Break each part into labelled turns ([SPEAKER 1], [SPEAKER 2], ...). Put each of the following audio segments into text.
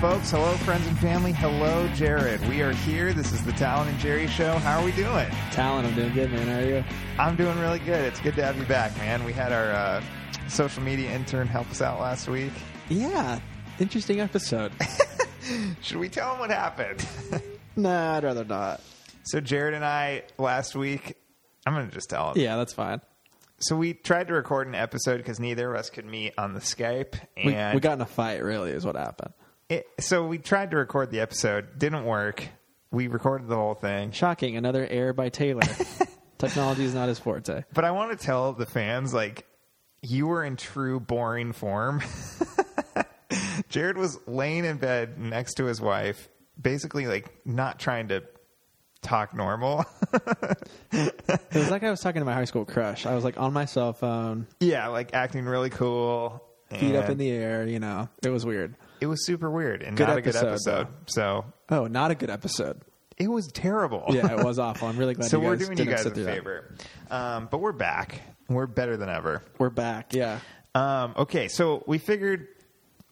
[SPEAKER 1] folks. Hello, friends and family. Hello, Jared. We are here. This is the Talon and Jerry Show. How are we doing?
[SPEAKER 2] Talent, I'm doing good, man. How are you?
[SPEAKER 1] I'm doing really good. It's good to have you back, man. We had our uh, social media intern help us out last week.
[SPEAKER 2] Yeah, interesting episode.
[SPEAKER 1] Should we tell him what happened?
[SPEAKER 2] nah, I'd rather not.
[SPEAKER 1] so, Jared and I last week, I'm going to just tell him.
[SPEAKER 2] Yeah, that's fine.
[SPEAKER 1] So, we tried to record an episode because neither of us could meet on the Skype.
[SPEAKER 2] We,
[SPEAKER 1] And
[SPEAKER 2] we got in a fight, really, is what happened.
[SPEAKER 1] it, so, we tried to record the episode, didn't work. We recorded the whole thing.
[SPEAKER 2] Shocking, another error by Taylor. Technology is not his forte.
[SPEAKER 1] But I want to tell the fans like you were in true boring form. Jared was laying in bed next to his wife, basically like not trying to talk normal.
[SPEAKER 2] It was like I was talking to my high school crush. I was like on my cell phone,
[SPEAKER 1] yeah, like acting really cool.
[SPEAKER 2] feet up
[SPEAKER 1] and
[SPEAKER 2] in the air, you know. It was weird.
[SPEAKER 1] It was super weird and
[SPEAKER 2] Good
[SPEAKER 1] not a good
[SPEAKER 2] episode,
[SPEAKER 1] episode. So
[SPEAKER 2] Oh, not a good episode.
[SPEAKER 1] it was terrible.
[SPEAKER 2] Yeah, it was awful. I'm really glad
[SPEAKER 1] so
[SPEAKER 2] you guys
[SPEAKER 1] we're doing you
[SPEAKER 2] didn't
[SPEAKER 1] guys
[SPEAKER 2] sit
[SPEAKER 1] a
[SPEAKER 2] through that.
[SPEAKER 1] favor. Um, but we're back. We're better than ever.
[SPEAKER 2] We're back, yeah.
[SPEAKER 1] Um, okay, so we figured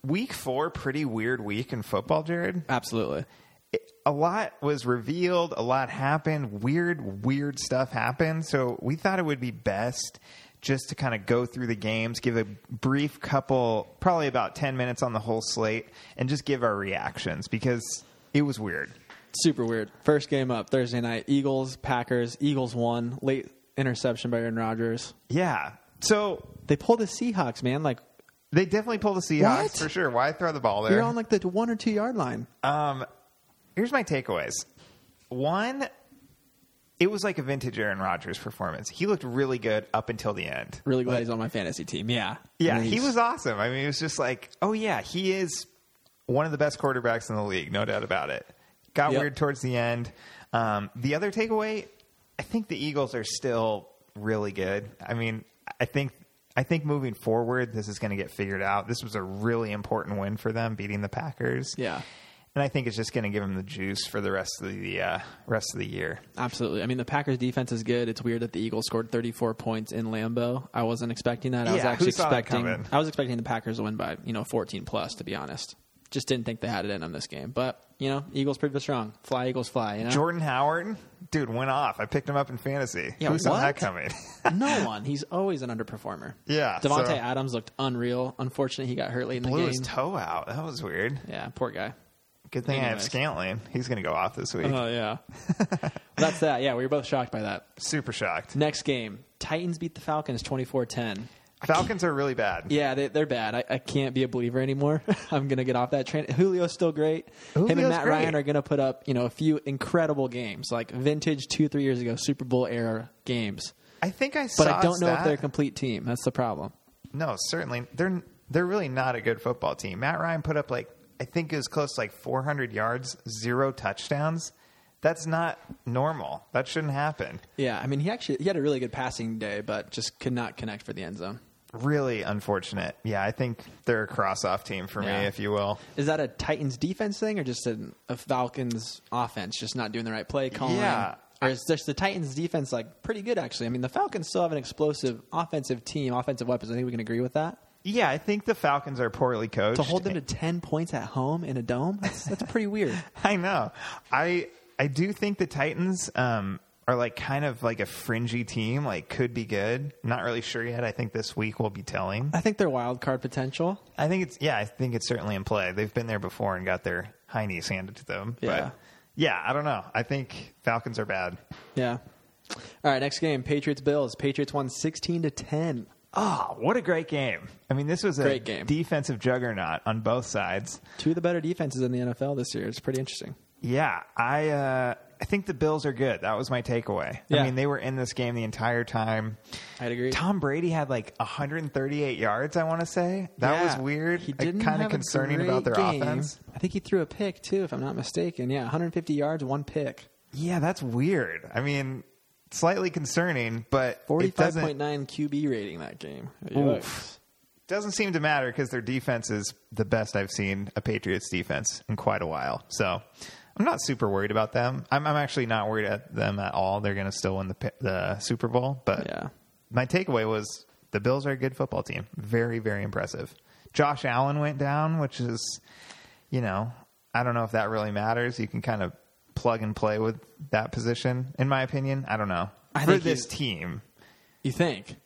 [SPEAKER 1] week four, pretty weird week in football, Jared.
[SPEAKER 2] Absolutely.
[SPEAKER 1] it- a lot was revealed, a lot happened, weird, weird stuff happened. So we thought it would be best just to kind of go through the games, give a brief couple, probably about 10 minutes on the whole slate, and just give our reactions because it was weird.
[SPEAKER 2] Super weird. First game up Thursday night. Eagles, Packers. Eagles won. Late interception by Aaron Rodgers.
[SPEAKER 1] Yeah. So
[SPEAKER 2] They pulled the Seahawks, man. Like
[SPEAKER 1] they definitely pulled the Seahawks
[SPEAKER 2] What?
[SPEAKER 1] for sure. Why throw the ball there?
[SPEAKER 2] you're on like the one or two yard line.
[SPEAKER 1] Um, here's my takeaways. One, it was like a vintage Aaron Rodgers performance. He looked really good up until the end.
[SPEAKER 2] Really glad he's on my fantasy team. Yeah.
[SPEAKER 1] Yeah,
[SPEAKER 2] And
[SPEAKER 1] he
[SPEAKER 2] he's-
[SPEAKER 1] was awesome. I mean, it was just like, oh yeah, he is one of the best quarterbacks in the league, no doubt about it. Got
[SPEAKER 2] Yep.
[SPEAKER 1] weird towards the end. Um, the other takeaway, I think the Eagles are still really good. I mean, I think I think moving forward, this is going to get figured out. This was a really important win for them, beating the Packers.
[SPEAKER 2] Yeah.
[SPEAKER 1] and I think it's just going to give them the juice for the rest of the uh, rest of the year.
[SPEAKER 2] Absolutely. I mean, the Packers defense is good. It's weird that the Eagles scored 34 points in Lambeau. I wasn't expecting that. I was
[SPEAKER 1] Yeah,
[SPEAKER 2] actually
[SPEAKER 1] who saw that
[SPEAKER 2] expecting
[SPEAKER 1] coming?
[SPEAKER 2] I was expecting the Packers to win by, you know, 14 plus to be honest. Just didn't think they had it in on this game. But, you know, Eagles proved us wrong. Fly Eagles fly, you know.
[SPEAKER 1] Jordan Howard, dude, went off. I picked him up in fantasy.
[SPEAKER 2] Yeah,
[SPEAKER 1] Who saw that
[SPEAKER 2] what?
[SPEAKER 1] coming?
[SPEAKER 2] no one. He's always an underperformer.
[SPEAKER 1] Yeah,
[SPEAKER 2] Devontae
[SPEAKER 1] so-
[SPEAKER 2] Adams looked unreal. Unfortunately, he got hurt late in
[SPEAKER 1] Blew
[SPEAKER 2] the
[SPEAKER 1] his
[SPEAKER 2] game.
[SPEAKER 1] toe out. That was weird.
[SPEAKER 2] yeah, poor guy.
[SPEAKER 1] Good thing I have
[SPEAKER 2] Anyways.
[SPEAKER 1] Scantling. He's going to go off this week.
[SPEAKER 2] Oh yeah. That's that. Yeah, we were both shocked by that.
[SPEAKER 1] Super shocked.
[SPEAKER 2] Next game, Titans beat the Falcons 24-10.
[SPEAKER 1] Falcons are really bad.
[SPEAKER 2] Yeah, they, they're bad. I, I can't be a believer anymore. I'm gonna get off that train. Julio's still great. Him
[SPEAKER 1] Julio's
[SPEAKER 2] and Matt
[SPEAKER 1] great.
[SPEAKER 2] Ryan are gonna put up, you know, a few incredible games, like vintage two, three years ago Super Bowl era games.
[SPEAKER 1] I think I saw
[SPEAKER 2] But I don't know if
[SPEAKER 1] that.
[SPEAKER 2] they're a complete team. That's the problem.
[SPEAKER 1] no, certainly they're they're really not a good football team. Matt Ryan put up like I think it was close to like 400 yards, zero touchdowns. That's not normal. That shouldn't happen.
[SPEAKER 2] Yeah, I mean, he actually he had a really good passing day, but just could not connect for the end zone.
[SPEAKER 1] Really unfortunate. Yeah, I think they're a cross off team for
[SPEAKER 2] Yeah.
[SPEAKER 1] me, if you will.
[SPEAKER 2] Is that a Titans defense thing, or just an, a Falcons offense just not doing the right play calling?
[SPEAKER 1] Yeah.
[SPEAKER 2] Or is just the Titans defense like pretty good actually? I mean, the Falcons still have an explosive offensive team, offensive weapons. I think we can agree with that.
[SPEAKER 1] Yeah, I think the Falcons are poorly coached.
[SPEAKER 2] To hold them to ten points at home in a dome, that's, that's pretty weird.
[SPEAKER 1] I know. I I do think the Titans um, are like kind of like a fringy team. Like could be good. Not really sure yet. I think this week will be telling.
[SPEAKER 2] I think they're wild card potential.
[SPEAKER 1] I think it's yeah. I think it's certainly in play. They've been there before and got their high knees handed to them.
[SPEAKER 2] Yeah.
[SPEAKER 1] But yeah, I don't know. I think Falcons are bad.
[SPEAKER 2] Yeah. All right, next game, Patriots Bills. Patriots won sixteen to ten.
[SPEAKER 1] Oh, what a great game! I mean, this was a
[SPEAKER 2] Great game.
[SPEAKER 1] defensive juggernaut on both sides.
[SPEAKER 2] Two of the better defenses in the NFL this year. It's pretty interesting.
[SPEAKER 1] Yeah, I uh, I think the Bills are good. That was my takeaway. I
[SPEAKER 2] Yeah.
[SPEAKER 1] mean, they were in this game the entire time.
[SPEAKER 2] I'd agree.
[SPEAKER 1] Tom Brady had like 138 yards. I want to say that
[SPEAKER 2] Yeah.
[SPEAKER 1] was weird.
[SPEAKER 2] He didn't
[SPEAKER 1] kind of
[SPEAKER 2] have a
[SPEAKER 1] concerning
[SPEAKER 2] great
[SPEAKER 1] about their
[SPEAKER 2] game.
[SPEAKER 1] offense.
[SPEAKER 2] I think he threw a pick too, if I'm not mistaken. Yeah, 150 yards, one pick,
[SPEAKER 1] Yeah, that's weird. I mean, slightly concerning, but it
[SPEAKER 2] 45.9
[SPEAKER 1] doesn't
[SPEAKER 2] QB rating that game.
[SPEAKER 1] Oof. doesn't seem to matter because their defense is the best I've seen a Patriots defense in quite a while. So I'm not super worried about them. I'm, I'm actually not worried at them at all. They're going to still win the Pa- the Super Bowl, but
[SPEAKER 2] Yeah.
[SPEAKER 1] my takeaway was the Bills are a good football team. Very, very impressive. Josh Allen went down, which is you know, I don't know if that really matters. You can kind of plug and play with that position, in my opinion. I don't know.
[SPEAKER 2] I
[SPEAKER 1] for
[SPEAKER 2] think
[SPEAKER 1] this
[SPEAKER 2] you-
[SPEAKER 1] team.
[SPEAKER 2] You think?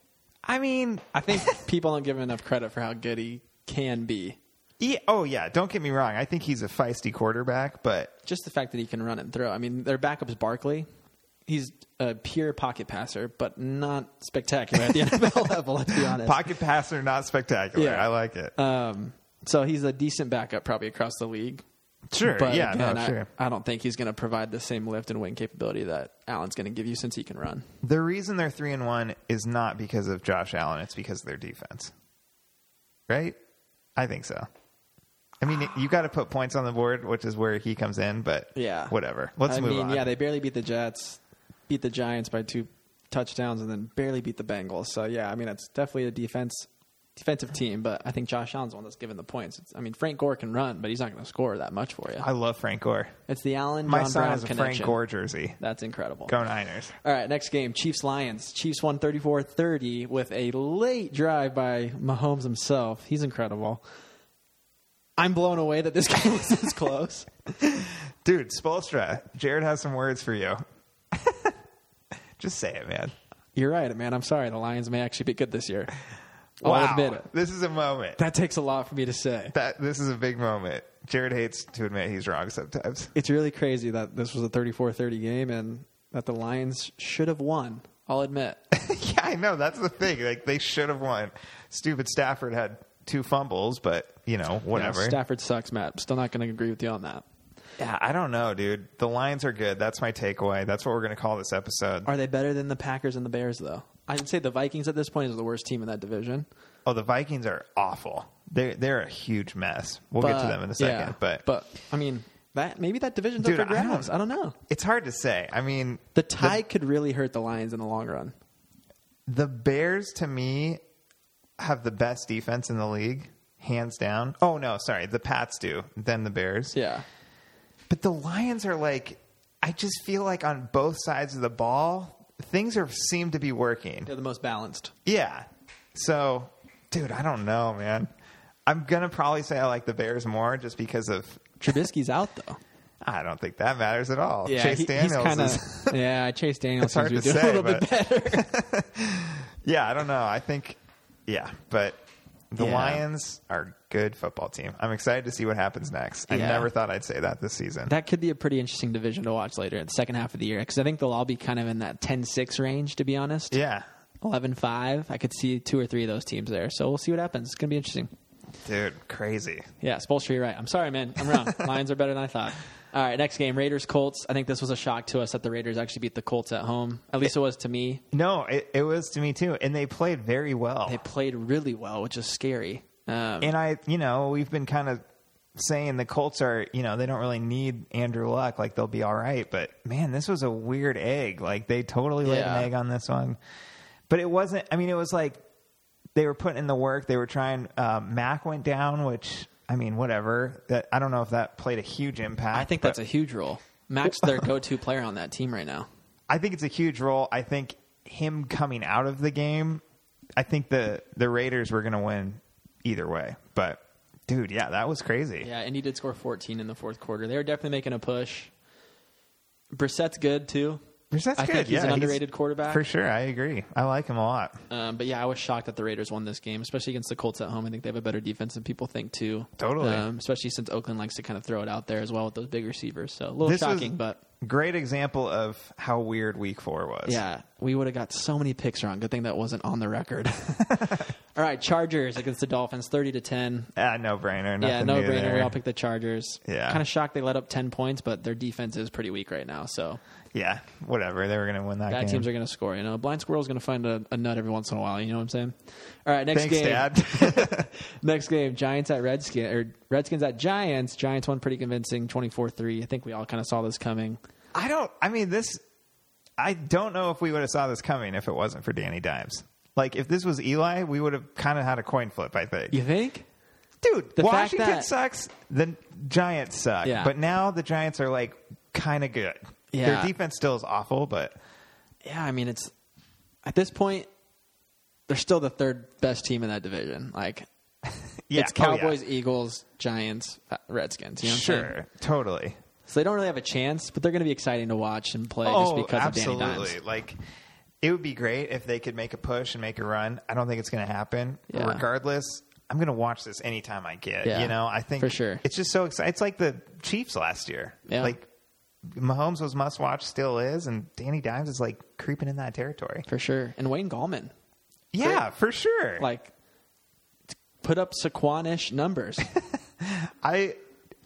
[SPEAKER 1] I mean,
[SPEAKER 2] I think people don't give him enough credit for how good he can be.
[SPEAKER 1] he, oh, yeah, don't get me wrong. I think he's a feisty quarterback, but
[SPEAKER 2] Just the fact that he can run and throw. I mean, their backup's Barkley. He's a pure pocket passer, but not spectacular at the NFL level. Let's be honest.
[SPEAKER 1] pocket passer, not spectacular.
[SPEAKER 2] Yeah.
[SPEAKER 1] I like it.
[SPEAKER 2] Um, so he's a decent backup probably across the league.
[SPEAKER 1] sure.
[SPEAKER 2] But
[SPEAKER 1] Yeah,
[SPEAKER 2] again,
[SPEAKER 1] no,
[SPEAKER 2] I,
[SPEAKER 1] sure.
[SPEAKER 2] I don't think he's going to provide the same lift and wing capability that Allen's going to give you since he can run.
[SPEAKER 1] The reason they're three and one is not because of Josh Allen; it's because of their defense, right? I think so. I mean, you got to put points on the board, which is where he comes in. But
[SPEAKER 2] Yeah.
[SPEAKER 1] whatever. Let's
[SPEAKER 2] I
[SPEAKER 1] move
[SPEAKER 2] mean,
[SPEAKER 1] on.
[SPEAKER 2] yeah, they barely beat the Jets, beat the Giants by two touchdowns, and then barely beat the Bengals. So yeah, I mean, it's definitely a defense defensive team, but I think Josh Allen's the one that's given the points. It's, I mean, Frank Gore can run, but he's not going to score that much for you.
[SPEAKER 1] I love Frank Gore.
[SPEAKER 2] It's the Allen
[SPEAKER 1] My
[SPEAKER 2] John
[SPEAKER 1] son
[SPEAKER 2] Brown
[SPEAKER 1] has a
[SPEAKER 2] connection.
[SPEAKER 1] Frank Gore jersey.
[SPEAKER 2] That's incredible.
[SPEAKER 1] Go Niners!
[SPEAKER 2] All right, next game Chiefs Lions. Chiefs won 34 30 with a late drive by Mahomes himself. He's incredible. I'm blown away that this game was this close.
[SPEAKER 1] Dude, Spolstra, Jared has some words for you. Just say it, man.
[SPEAKER 2] You're right, man. I'm sorry. The Lions may actually be good this year. I'll
[SPEAKER 1] wow,
[SPEAKER 2] admit it.
[SPEAKER 1] this is a moment.
[SPEAKER 2] That takes a lot for me to say.
[SPEAKER 1] That this is a big moment. Jared hates to admit he's wrong sometimes.
[SPEAKER 2] It's really crazy that this was a 34 30 game and that the Lions should have won. I'll admit.
[SPEAKER 1] yeah, I know. That's the thing. Like they should have won. Stupid Stafford had two fumbles, but you know, whatever. Yeah,
[SPEAKER 2] Stafford sucks, Matt. Still not going to agree with you on that.
[SPEAKER 1] I don't know, dude. The Lions are good. That's my takeaway. That's what we're going to call this episode.
[SPEAKER 2] Are they better than the Packers and the Bears, though? I'd say the Vikings at this point is the worst team in that division.
[SPEAKER 1] Oh, the Vikings are awful. They they're a huge mess. We'll get to
[SPEAKER 2] But-
[SPEAKER 1] them in a second,
[SPEAKER 2] yeah.
[SPEAKER 1] but
[SPEAKER 2] but I mean that maybe that division's
[SPEAKER 1] Dude,
[SPEAKER 2] up for
[SPEAKER 1] I don't-
[SPEAKER 2] grabs. I don't, know.
[SPEAKER 1] it's hard to say. I mean,
[SPEAKER 2] The tie could really hurt the Lions in the long run.
[SPEAKER 1] the Bears to me have the best defense in the league, hands down. Oh no, sorry, the Pats do, then the Bears.
[SPEAKER 2] Yeah,
[SPEAKER 1] But the Lions are like, I just feel like on both sides of the ball, things are seem to be working.
[SPEAKER 2] they're the most balanced.
[SPEAKER 1] Yeah. So, dude, I don't know, man. I'm gonna probably say I like the Bears more just because of.
[SPEAKER 2] Trubisky's out though.
[SPEAKER 1] I don't think that matters at all. Chase Daniels is.
[SPEAKER 2] yeah, Chase Daniels
[SPEAKER 1] It's hard
[SPEAKER 2] seems
[SPEAKER 1] to
[SPEAKER 2] to be doing
[SPEAKER 1] say,
[SPEAKER 2] a little bit better.
[SPEAKER 1] Yeah, I don't know. I think. Yeah, but the
[SPEAKER 2] Yeah.
[SPEAKER 1] Lions are a good football team. I'm excited to see what happens next. I
[SPEAKER 2] Yeah.
[SPEAKER 1] never thought I'd say that this season.
[SPEAKER 2] That could be a pretty interesting division to watch later in the second half of the year because I think they'll all be kind of in that 10-6 range. To be honest,
[SPEAKER 1] yeah,
[SPEAKER 2] 11-5. I could see two or three of those teams there. So we'll see what happens. It's gonna be interesting.
[SPEAKER 1] dude, crazy.
[SPEAKER 2] Yeah, Spolstra, you're right. I'm sorry, man. I'm wrong. Lions are better than I thought. All right, next game, Raiders Colts. I think this was a shock to us that the Raiders actually beat the Colts at home. At least it was to me.
[SPEAKER 1] No, it, it was to me too, and they played very well.
[SPEAKER 2] They played really well, which is scary. Um,
[SPEAKER 1] and I, you know, we've been kind of saying the Colts are, you know, they don't really need Andrew Luck. Like they'll be all right. But man, this was a weird egg. Like they totally laid
[SPEAKER 2] Yeah.
[SPEAKER 1] an egg on this one. But it wasn't. I mean, it was like they were putting in the work. They were trying. Um, Mac went down, which I mean, whatever. That I don't know if that played a huge impact.
[SPEAKER 2] I think that's a huge role. Max, their go-to player on that team right now.
[SPEAKER 1] I think it's a huge role. I think him coming out of the game, I think the the Raiders were going to win either way. But dude, yeah, that was crazy.
[SPEAKER 2] Yeah, Indy did score 14 in the fourth quarter. They were definitely making a push. Brissett's good too.
[SPEAKER 1] Brissett's
[SPEAKER 2] I
[SPEAKER 1] good.
[SPEAKER 2] think he's
[SPEAKER 1] yeah,
[SPEAKER 2] an underrated quarterback.
[SPEAKER 1] for sure. I agree. I like him a lot.
[SPEAKER 2] Um, but yeah, I was shocked that the Raiders won this game, especially against the Colts at home. I think they have a better defense than people think too.
[SPEAKER 1] Totally.
[SPEAKER 2] Um, especially since Oakland likes to kind of throw it out there as well with those big receivers. So a little
[SPEAKER 1] This
[SPEAKER 2] shocking,
[SPEAKER 1] was-
[SPEAKER 2] but
[SPEAKER 1] Great example of how weird Week Four was.
[SPEAKER 2] yeah, we would have got so many picks wrong. Good thing that wasn't on the record. All right, Chargers against the Dolphins, thirty to ten.
[SPEAKER 1] Ah, no brainer.
[SPEAKER 2] Yeah,
[SPEAKER 1] Nothing
[SPEAKER 2] no
[SPEAKER 1] new
[SPEAKER 2] brainer. We
[SPEAKER 1] there.
[SPEAKER 2] all picked the Chargers.
[SPEAKER 1] Yeah.
[SPEAKER 2] Kind of shocked they let up ten points, but their defense is pretty weak right now. So
[SPEAKER 1] Yeah, whatever. They were going to win that,
[SPEAKER 2] bad
[SPEAKER 1] game.
[SPEAKER 2] teams are going to score. You know, a blind squirrel's going to find a, a nut every once in a while. You know what I'm saying? All right, next
[SPEAKER 1] Thanks,
[SPEAKER 2] game.
[SPEAKER 1] Dad.
[SPEAKER 2] Next game, Giants at Redskins or Redskins at Giants. Giants won pretty convincing, 24-3. I think we all kind of saw this coming.
[SPEAKER 1] I don't. I mean, this. I don't know if we would have saw this coming if it wasn't for Danny Dimes. Like, if this was Eli, we would have kind of had a coin flip. I think.
[SPEAKER 2] You think?
[SPEAKER 1] Dude,
[SPEAKER 2] The fact
[SPEAKER 1] Washington
[SPEAKER 2] that-
[SPEAKER 1] sucks. The Giants suck.
[SPEAKER 2] Yeah.
[SPEAKER 1] But now the Giants are like kind of good.
[SPEAKER 2] Yeah.
[SPEAKER 1] Their defense still is awful, but
[SPEAKER 2] Yeah, I mean it's at this point they're still the third best team in that division. Like
[SPEAKER 1] Yeah.
[SPEAKER 2] It's
[SPEAKER 1] Oh, yeah.
[SPEAKER 2] Cowboys, Eagles, Giants, uh, Redskins. You know what I'm saying?
[SPEAKER 1] Sure, totally.
[SPEAKER 2] So they don't really have a chance, but they're going to be exciting to watch and play just because of Danny Dimes.
[SPEAKER 1] Oh, Like it would be great if they could make a push and make a run. I don't think it's going to happen. But
[SPEAKER 2] Yeah.
[SPEAKER 1] Regardless, I'm going to watch this anytime I get.
[SPEAKER 2] Yeah,
[SPEAKER 1] You know, I think
[SPEAKER 2] for sure.
[SPEAKER 1] It's just so exciting. It's like the Chiefs last year.
[SPEAKER 2] Yeah.
[SPEAKER 1] Like Mahomes was must watch, still is, and Danny Dimes is like creeping in that territory.
[SPEAKER 2] For sure. And Wayne Gallman,
[SPEAKER 1] Yeah, for sure.
[SPEAKER 2] like, t- put up Saquanish numbers.
[SPEAKER 1] I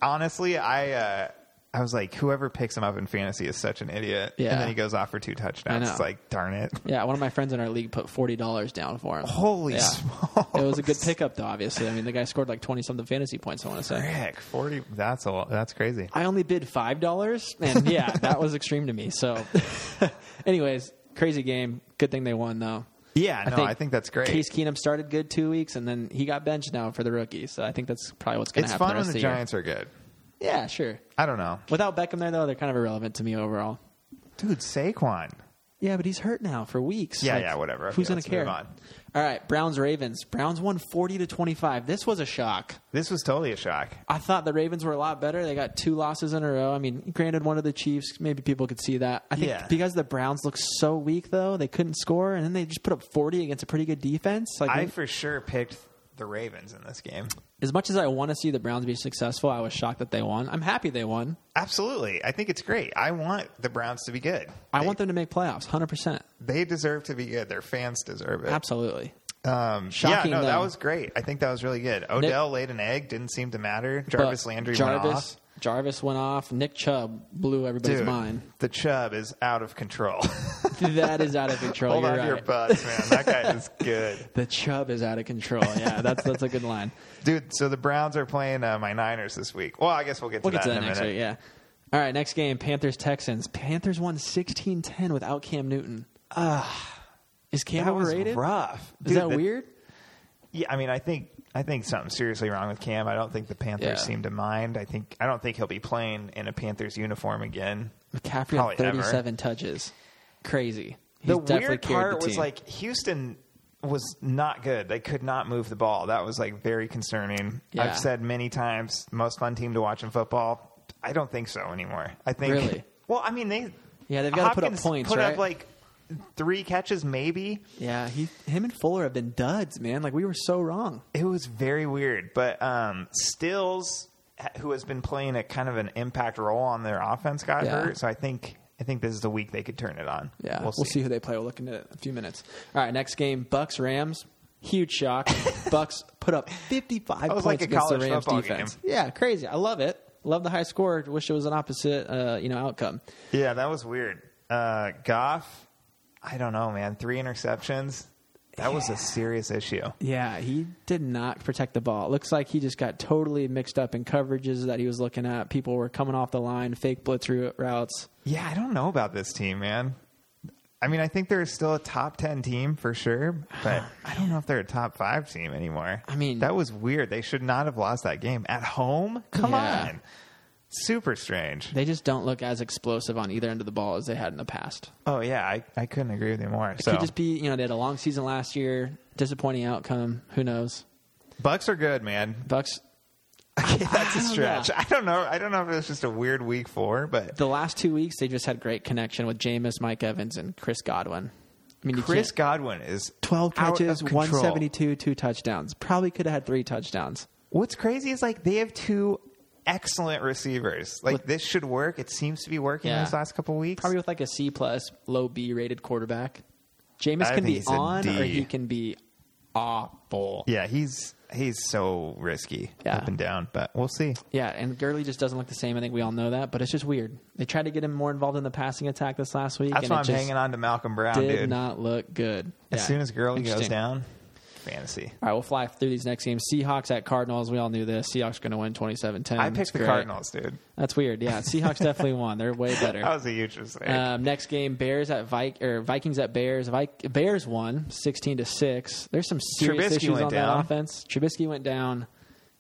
[SPEAKER 1] honestly, I uh, I was like, whoever picks him up in fantasy is such an idiot.
[SPEAKER 2] Yeah.
[SPEAKER 1] And then he goes off for two touchdowns.
[SPEAKER 2] know.
[SPEAKER 1] It's like, darn it.
[SPEAKER 2] yeah, one of my friends in our league put $40 down for him.
[SPEAKER 1] Holy
[SPEAKER 2] yeah.
[SPEAKER 1] smokes.
[SPEAKER 2] It was a good pickup, though, obviously. I mean, the guy scored like 20 something fantasy points, I want to say.
[SPEAKER 1] Frick, forty. That's a. That's crazy.
[SPEAKER 2] I only bid five dollars, and yeah, that was extreme to me. So, anyways, crazy game. Good thing they won, though.
[SPEAKER 1] Yeah, no, I think that's great.
[SPEAKER 2] Case Keenum started good two weeks, and then he got benched now for the rookie. So I think that's probably what's going to
[SPEAKER 1] It's
[SPEAKER 2] happen.
[SPEAKER 1] fun
[SPEAKER 2] the
[SPEAKER 1] when
[SPEAKER 2] rest
[SPEAKER 1] the
[SPEAKER 2] of the year.
[SPEAKER 1] Giants are good.
[SPEAKER 2] Yeah, sure.
[SPEAKER 1] I don't know,
[SPEAKER 2] Without Beckham there, though, they're kind of irrelevant to me overall.
[SPEAKER 1] dude. Saquon.
[SPEAKER 2] Yeah, but he's hurt now for weeks.
[SPEAKER 1] Yeah, yeah, whatever. Okay,
[SPEAKER 2] Who's going
[SPEAKER 1] let's
[SPEAKER 2] to
[SPEAKER 1] move
[SPEAKER 2] care?
[SPEAKER 1] on.
[SPEAKER 2] All right, Browns Ravens. Browns won forty to twenty five. This was a shock.
[SPEAKER 1] This was totally a shock.
[SPEAKER 2] I thought the Ravens were a lot better. They got two losses in a row. I mean, granted, one of the Chiefs, maybe people could see that. I think
[SPEAKER 1] Yeah.
[SPEAKER 2] because the Browns looked so weak, though, they couldn't score, and then they just put up 40 against a pretty good defense. Like,
[SPEAKER 1] I for sure picked the Ravens in this game.
[SPEAKER 2] as much as I want to see the Browns be successful, I was shocked that they won. I'm happy they won.
[SPEAKER 1] Absolutely, I think it's great. I want the Browns to be good.
[SPEAKER 2] I
[SPEAKER 1] they,
[SPEAKER 2] want them to make playoffs, 100%.
[SPEAKER 1] They deserve to be good. Their fans deserve it.
[SPEAKER 2] Absolutely.
[SPEAKER 1] Um,
[SPEAKER 2] Shocking,
[SPEAKER 1] yeah, no, that
[SPEAKER 2] though.
[SPEAKER 1] was great. I think that was really good. Odell laid an egg. Didn't seem to matter. Jarvis
[SPEAKER 2] But
[SPEAKER 1] Landry
[SPEAKER 2] Jarvis,
[SPEAKER 1] went off.
[SPEAKER 2] Jarvis went off. Nick Chubb blew everybody's
[SPEAKER 1] Dude,
[SPEAKER 2] mind.
[SPEAKER 1] the Chubb is out of control.
[SPEAKER 2] that is out of control.
[SPEAKER 1] Hold
[SPEAKER 2] You're
[SPEAKER 1] on
[SPEAKER 2] right.
[SPEAKER 1] to your butts, man. That guy is good.
[SPEAKER 2] the Chubb is out of control. Yeah, that's that's a good line.
[SPEAKER 1] Dude, so the Browns are playing uh, my Niners this week. Well, I guess we'll get to
[SPEAKER 2] We'll
[SPEAKER 1] that
[SPEAKER 2] get to that
[SPEAKER 1] in a
[SPEAKER 2] next
[SPEAKER 1] minute.
[SPEAKER 2] week, yeah. All right, next game Panthers Texans. Panthers won 16 10 without Cam Newton. Ah. is Cam
[SPEAKER 1] That was
[SPEAKER 2] overrated?
[SPEAKER 1] rough.
[SPEAKER 2] is
[SPEAKER 1] Dude,
[SPEAKER 2] that
[SPEAKER 1] the-
[SPEAKER 2] weird?
[SPEAKER 1] Yeah, I mean, I think I think something's seriously wrong with Cam. I don't think the Panthers
[SPEAKER 2] Yeah.
[SPEAKER 1] seem to mind. I think I don't think he'll be playing in a Panthers uniform again.
[SPEAKER 2] McCaffrey
[SPEAKER 1] Probably
[SPEAKER 2] had
[SPEAKER 1] ever.
[SPEAKER 2] 37 touches. Crazy. He's
[SPEAKER 1] the
[SPEAKER 2] definitely
[SPEAKER 1] weird
[SPEAKER 2] carried
[SPEAKER 1] part
[SPEAKER 2] the
[SPEAKER 1] was
[SPEAKER 2] team.
[SPEAKER 1] like Houston was not good. They could not move the ball. That was like very concerning.
[SPEAKER 2] Yeah.
[SPEAKER 1] I've said many times, most fun team to watch in football. I don't think so anymore. I think
[SPEAKER 2] Really?
[SPEAKER 1] Well, I mean they
[SPEAKER 2] Yeah, they've gotta put up
[SPEAKER 1] Hopkins
[SPEAKER 2] points,
[SPEAKER 1] Put
[SPEAKER 2] right?
[SPEAKER 1] up like three catches maybe.
[SPEAKER 2] yeah, he, him and Fuller have been duds, man. Like we were so wrong.
[SPEAKER 1] It was very weird, but um, Stills, who has been playing a kind of an impact role on their offense, got
[SPEAKER 2] Yeah.
[SPEAKER 1] hurt. So I think I think this is the week they could turn it on.
[SPEAKER 2] Yeah, we'll, see. who they play. We'll look into it in a few minutes. All right, next game Bucks Rams. Huge shock. Bucks put up 55
[SPEAKER 1] was
[SPEAKER 2] points
[SPEAKER 1] like a
[SPEAKER 2] against the
[SPEAKER 1] college
[SPEAKER 2] Rams
[SPEAKER 1] football
[SPEAKER 2] defense. Yeah, crazy. I love it. Love the high score. Wish it was an opposite, uh, you know, outcome.
[SPEAKER 1] Yeah, that was weird. Uh, Goff, I don't know, man. Three interceptions. That was a serious issue.
[SPEAKER 2] Yeah, he did not protect the ball. It looks like he just got totally mixed up in coverages that he was looking at. People were coming off the line, fake blitz ru- routes.
[SPEAKER 1] Yeah, I don't know about this team, man. I mean, I think they're still a top ten team for sure, but I don't know if they're a top five team anymore.
[SPEAKER 2] I mean-
[SPEAKER 1] that was weird. They should not have lost that game at home. Come
[SPEAKER 2] Yeah.
[SPEAKER 1] on, super strange.
[SPEAKER 2] They just don't look as explosive on either end of the ball as they had in the past.
[SPEAKER 1] Oh yeah, I, I couldn't agree with you more.
[SPEAKER 2] It
[SPEAKER 1] So
[SPEAKER 2] Could just be, you know, they had a long season last year, disappointing outcome. Who knows?
[SPEAKER 1] Bucks are good, man.
[SPEAKER 2] Bucks.
[SPEAKER 1] That's a
[SPEAKER 2] don't
[SPEAKER 1] stretch.
[SPEAKER 2] know.
[SPEAKER 1] I don't know. I don't know if it was just a weird week four, but
[SPEAKER 2] The last two weeks, they just had great connection with Jameis, Mike Evans, and Chris Godwin. I mean, you
[SPEAKER 1] Chris
[SPEAKER 2] can't-
[SPEAKER 1] Godwin is
[SPEAKER 2] twelve
[SPEAKER 1] out
[SPEAKER 2] catches,
[SPEAKER 1] of control.
[SPEAKER 2] one seventy two, two touchdowns. Probably could have had three touchdowns.
[SPEAKER 1] What's crazy is like they have two excellent receivers. Like this should work. It seems to be working
[SPEAKER 2] Yeah.
[SPEAKER 1] these last couple weeks.
[SPEAKER 2] probably with like a C plus, low B rated quarterback. Jameis
[SPEAKER 1] I
[SPEAKER 2] can
[SPEAKER 1] think
[SPEAKER 2] be
[SPEAKER 1] he's a
[SPEAKER 2] on
[SPEAKER 1] D.
[SPEAKER 2] or he can be awful.
[SPEAKER 1] Yeah, he's he's so risky
[SPEAKER 2] Yeah.
[SPEAKER 1] up and down, but we'll see.
[SPEAKER 2] Yeah, and Gurley just doesn't look the same. I think we all know that, but it's just weird. They tried to get him more involved in the passing attack this last week,
[SPEAKER 1] That's
[SPEAKER 2] and
[SPEAKER 1] why
[SPEAKER 2] it
[SPEAKER 1] I'm
[SPEAKER 2] just
[SPEAKER 1] hanging on to Malcolm Brown,
[SPEAKER 2] did
[SPEAKER 1] dude.
[SPEAKER 2] not look good.
[SPEAKER 1] As
[SPEAKER 2] Yeah.
[SPEAKER 1] soon as Gurley goes
[SPEAKER 2] Interesting.
[SPEAKER 1] down, fantasy.
[SPEAKER 2] All right, we'll fly through these next games. Seahawks at Cardinals. We all knew this. Seahawks going to win 27-10.
[SPEAKER 1] I
[SPEAKER 2] It's
[SPEAKER 1] picked the
[SPEAKER 2] great.
[SPEAKER 1] Cardinals, dude.
[SPEAKER 2] That's weird. Yeah, Seahawks definitely won. They're way better.
[SPEAKER 1] That was a huge mistake.
[SPEAKER 2] Um, next game, Bears at Vik or Vikings at Bears. Vik- Bears won sixteen to six. There's some serious
[SPEAKER 1] Trubisky
[SPEAKER 2] issues
[SPEAKER 1] went
[SPEAKER 2] on
[SPEAKER 1] down.
[SPEAKER 2] that offense. Trubisky went down.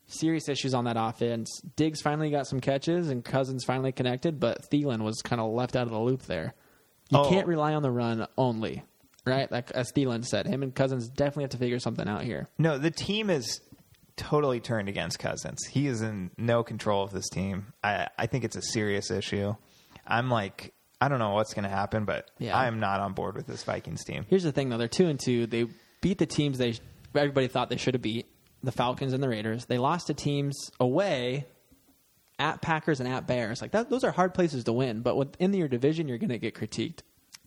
[SPEAKER 2] Serious issues on that offense. Diggs finally got some catches, and Cousins finally connected, but Thielen was kind of left out of the loop there. You
[SPEAKER 1] Oh.
[SPEAKER 2] can't rely on the run only, right? Like as Thielen said, him and Cousins definitely have to figure something out here.
[SPEAKER 1] no, the team is totally turned against Cousins. He is in no control of this team. I, I think it's a serious issue. I'm like, I don't know what's going to happen, but
[SPEAKER 2] Yeah.
[SPEAKER 1] I am not on board with this Vikings team.
[SPEAKER 2] Here's the thing, though. They're two and two. They beat the teams they everybody thought they should have beat, the Falcons and the Raiders. They lost to teams away at Packers and at Bears. Like that, those are hard places to win. But within your division, you're going to get critiqued.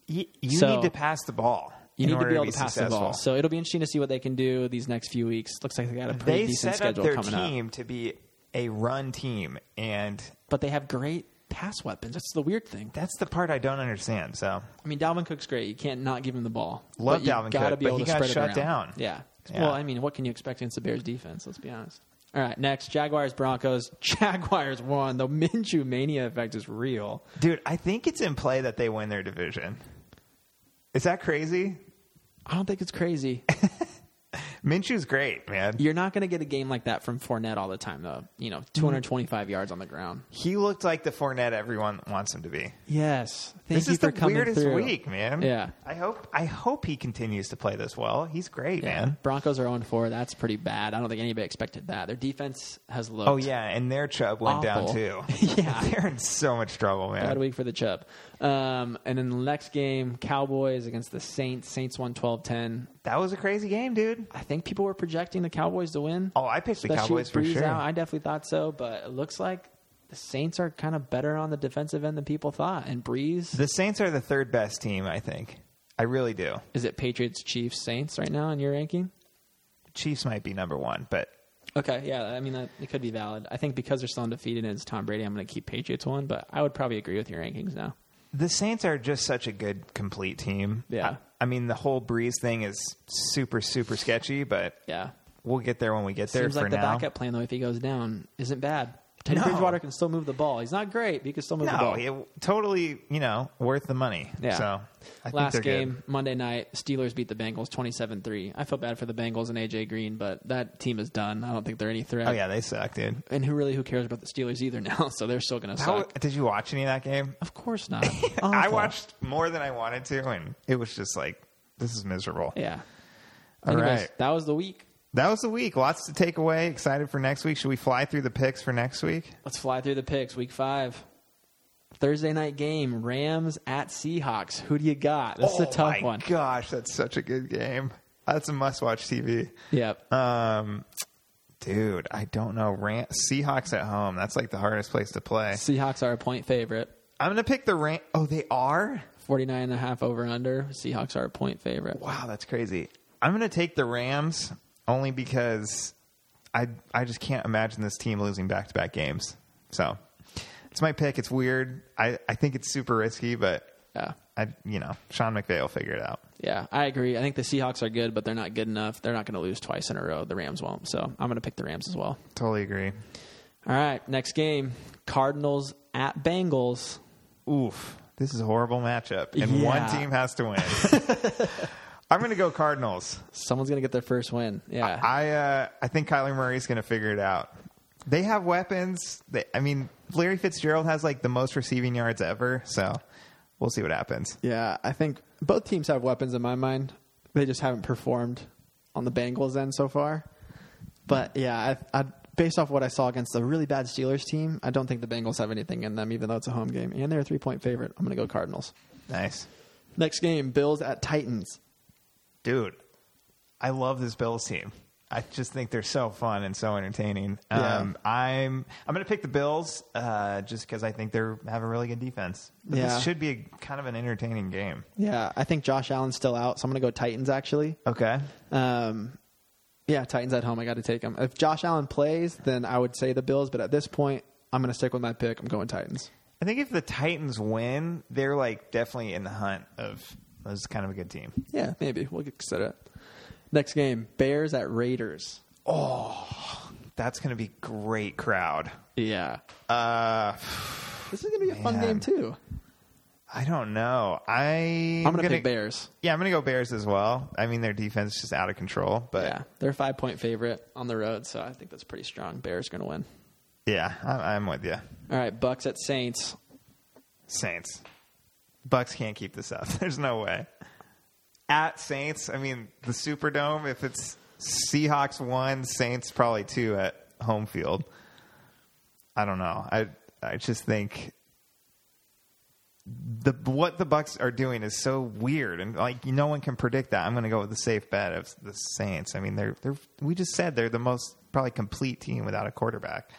[SPEAKER 1] You, you
[SPEAKER 2] So-
[SPEAKER 1] need to pass the ball.
[SPEAKER 2] You
[SPEAKER 1] in
[SPEAKER 2] need to
[SPEAKER 1] order
[SPEAKER 2] be able to, pass the ball.
[SPEAKER 1] successful.
[SPEAKER 2] So it'll be interesting to see what they can do these next few weeks. Looks like they got a pretty
[SPEAKER 1] they
[SPEAKER 2] decent
[SPEAKER 1] set up
[SPEAKER 2] schedule
[SPEAKER 1] their
[SPEAKER 2] coming up.
[SPEAKER 1] team to be a run team, and
[SPEAKER 2] But they have great pass weapons. That's the weird thing.
[SPEAKER 1] that's the part I don't understand. So
[SPEAKER 2] I mean, Dalvin Cook's great. You can't not give him the ball.
[SPEAKER 1] Love
[SPEAKER 2] But you
[SPEAKER 1] Dalvin
[SPEAKER 2] gotta
[SPEAKER 1] Cook,
[SPEAKER 2] be
[SPEAKER 1] but
[SPEAKER 2] able
[SPEAKER 1] he
[SPEAKER 2] to
[SPEAKER 1] got
[SPEAKER 2] spread it
[SPEAKER 1] shut
[SPEAKER 2] around.
[SPEAKER 1] down.
[SPEAKER 2] Yeah.
[SPEAKER 1] Yeah.
[SPEAKER 2] Well, I mean, what can you expect against the Bears defense? Let's be honest. All right, next Jaguars Broncos. Jaguars won. The Minshew mania effect is real.
[SPEAKER 1] Dude, I think it's in play that they win their division. Is that crazy?
[SPEAKER 2] I don't think it's crazy.
[SPEAKER 1] Minshew's great, man.
[SPEAKER 2] You're not going to get a game like that from Fournette all the time, though. You know, 225 yards on the ground.
[SPEAKER 1] He looked like the Fournette everyone wants him to be.
[SPEAKER 2] Yes. Thank
[SPEAKER 1] This
[SPEAKER 2] you
[SPEAKER 1] is
[SPEAKER 2] for
[SPEAKER 1] the
[SPEAKER 2] coming
[SPEAKER 1] weirdest
[SPEAKER 2] through.
[SPEAKER 1] week, man.
[SPEAKER 2] Yeah.
[SPEAKER 1] I hope I hope he continues to play this well. He's great,
[SPEAKER 2] Yeah.
[SPEAKER 1] man.
[SPEAKER 2] Broncos are 0 4. That's pretty bad. I don't think anybody expected that. Their defense has looked.
[SPEAKER 1] Oh yeah, and their Chubb went
[SPEAKER 2] Awful.
[SPEAKER 1] down too.
[SPEAKER 2] Yeah.
[SPEAKER 1] they're in so much trouble,
[SPEAKER 2] Bad
[SPEAKER 1] man.
[SPEAKER 2] week for the Chubb. Um, and then the next game, Cowboys against the Saints. Saints won 12 10.
[SPEAKER 1] That was a crazy game, dude.
[SPEAKER 2] I think people were projecting the Cowboys to win.
[SPEAKER 1] Oh, I picked the
[SPEAKER 2] especially
[SPEAKER 1] Cowboys
[SPEAKER 2] with
[SPEAKER 1] for
[SPEAKER 2] Breeze
[SPEAKER 1] sure.
[SPEAKER 2] out. I definitely thought so, but it looks like the Saints are kind of better on the defensive end than people thought. And Breeze,
[SPEAKER 1] The Saints are the third best team, I think. I really do.
[SPEAKER 2] is it Patriots, Chiefs, Saints right now in your ranking?
[SPEAKER 1] Chiefs might be number one, but
[SPEAKER 2] Okay, yeah, I mean, that, it could be valid. I think because they're still undefeated and it's Tom Brady, I'm going to keep Patriots one, but I would probably agree with your rankings now.
[SPEAKER 1] the Saints are just such a good complete team.
[SPEAKER 2] Yeah.
[SPEAKER 1] I, I mean, the whole Breeze thing is super super sketchy, but
[SPEAKER 2] Yeah.
[SPEAKER 1] we'll get there when we get there
[SPEAKER 2] Seems
[SPEAKER 1] for
[SPEAKER 2] like the
[SPEAKER 1] now.
[SPEAKER 2] backup plan, though, if he goes down, isn't bad. Teddy
[SPEAKER 1] No.
[SPEAKER 2] Bridgewater can still move the ball. He's not great, but he can still move the
[SPEAKER 1] No,
[SPEAKER 2] ball.
[SPEAKER 1] it, totally, you know, worth the money.
[SPEAKER 2] Yeah.
[SPEAKER 1] So, I think
[SPEAKER 2] Last
[SPEAKER 1] they're
[SPEAKER 2] game,
[SPEAKER 1] good.
[SPEAKER 2] Monday night, Steelers beat the Bengals 27-3. I feel bad for the Bengals and AJ Green, but that team is done. I don't think they're any threat.
[SPEAKER 1] Oh yeah, they suck, dude.
[SPEAKER 2] And who really who cares about the Steelers either now, so they're still going to
[SPEAKER 1] How,
[SPEAKER 2] suck.
[SPEAKER 1] did you watch any of that game?
[SPEAKER 2] Of course not.
[SPEAKER 1] I
[SPEAKER 2] Awful.
[SPEAKER 1] watched more than I wanted to, and it was just like this is miserable.
[SPEAKER 2] Yeah.
[SPEAKER 1] All
[SPEAKER 2] Anyways,
[SPEAKER 1] right.
[SPEAKER 2] that was the week.
[SPEAKER 1] That was the week. Lots to take away. Excited for next week. Should we fly through the picks for next week?
[SPEAKER 2] Let's fly through the picks. Week 5. Thursday night game, Rams at Seahawks. Who do you got? This is a
[SPEAKER 1] Oh, my
[SPEAKER 2] tough one.
[SPEAKER 1] Gosh, that's such a good game. That's a must-watch TV.
[SPEAKER 2] Yep.
[SPEAKER 1] Um, dude, I don't know. Ram- Seahawks at home. That's like the hardest place to play.
[SPEAKER 2] Seahawks are a point favorite.
[SPEAKER 1] I'm gonna pick the Ram. Oh, they are.
[SPEAKER 2] 49 and a half over under. Seahawks are a point favorite.
[SPEAKER 1] Wow, that's crazy. I'm going to take the Rams only because I I just can't imagine this team losing back to back games. So it's my pick. It's weird. I, I think it's super risky, but
[SPEAKER 2] Yeah.
[SPEAKER 1] I you know Sean McVay will figure it out.
[SPEAKER 2] Yeah, I agree. I think the Seahawks are good, but they're not good enough. They're not going to lose twice in a row. The Rams won't. So I'm going to pick the Rams as well.
[SPEAKER 1] Totally agree.
[SPEAKER 2] All right, next game Cardinals at Bengals.
[SPEAKER 1] Oof, this is a horrible matchup, and
[SPEAKER 2] Yeah.
[SPEAKER 1] one team has to win. I'm going to go Cardinals.
[SPEAKER 2] Someone's going to get their first win. Yeah.
[SPEAKER 1] I uh, I think Kyler Murray's going to figure it out. They have weapons. They, I mean, Larry Fitzgerald has like the most receiving yards ever, so we'll see what happens.
[SPEAKER 2] yeah, I think both teams have weapons in my mind. They just haven't performed on the Bengals end so far. But yeah, I, I, based off what I saw against the really bad Steelers team, I don't think the Bengals have anything in them, even though it's a home game. And they're a three point favorite. I'm going to go Cardinals.
[SPEAKER 1] Nice,
[SPEAKER 2] Next game Bills at Titans.
[SPEAKER 1] dude. I love this Bills team. I just think they're so fun and so entertaining. Um, I'm I'm going to pick the Bills uh, just because I think they are have a really good defense. But
[SPEAKER 2] Yeah.
[SPEAKER 1] This should be a, kind of an entertaining game.
[SPEAKER 2] Yeah, I think Josh Allen's still out, so I'm going to go Titans actually.
[SPEAKER 1] Okay.
[SPEAKER 2] Um, yeah, Titans at home. I got to take them. If Josh Allen plays, then I would say the Bills, but at this point, I'm going to stick with my pick. I'm going Titans.
[SPEAKER 1] I think if the Titans win, they're like definitely in the hunt of. This is kind of a good team.
[SPEAKER 2] Yeah, maybe we'll get set up. Next game, Bears at Raiders.
[SPEAKER 1] That's going to be great crowd.
[SPEAKER 2] Yeah,
[SPEAKER 1] Uh,
[SPEAKER 2] this is going to be a fun
[SPEAKER 1] Man.
[SPEAKER 2] game too.
[SPEAKER 1] I don't know. I I'm
[SPEAKER 2] I'm going to pick Bears.
[SPEAKER 1] Yeah, I'm going to go Bears as well. I mean, their defense is just out of control, but
[SPEAKER 2] Yeah, they're a five point favorite on the road, so I think that's pretty strong. Bears going to win.
[SPEAKER 1] yeah, I, I'm with you.
[SPEAKER 2] All right, Bucks at Saints.
[SPEAKER 1] Saints, Bucks can't keep this up. There's no way. At Saints, I mean the Superdome. If it's Seahawks one, Saints probably two at home field. I don't know. I I just think the what the Bucks are doing is so weird, and like no one can predict that. I'm going to go with the safe bet of the Saints. I mean, they're they're we just said they're the most probably complete team without a quarterback.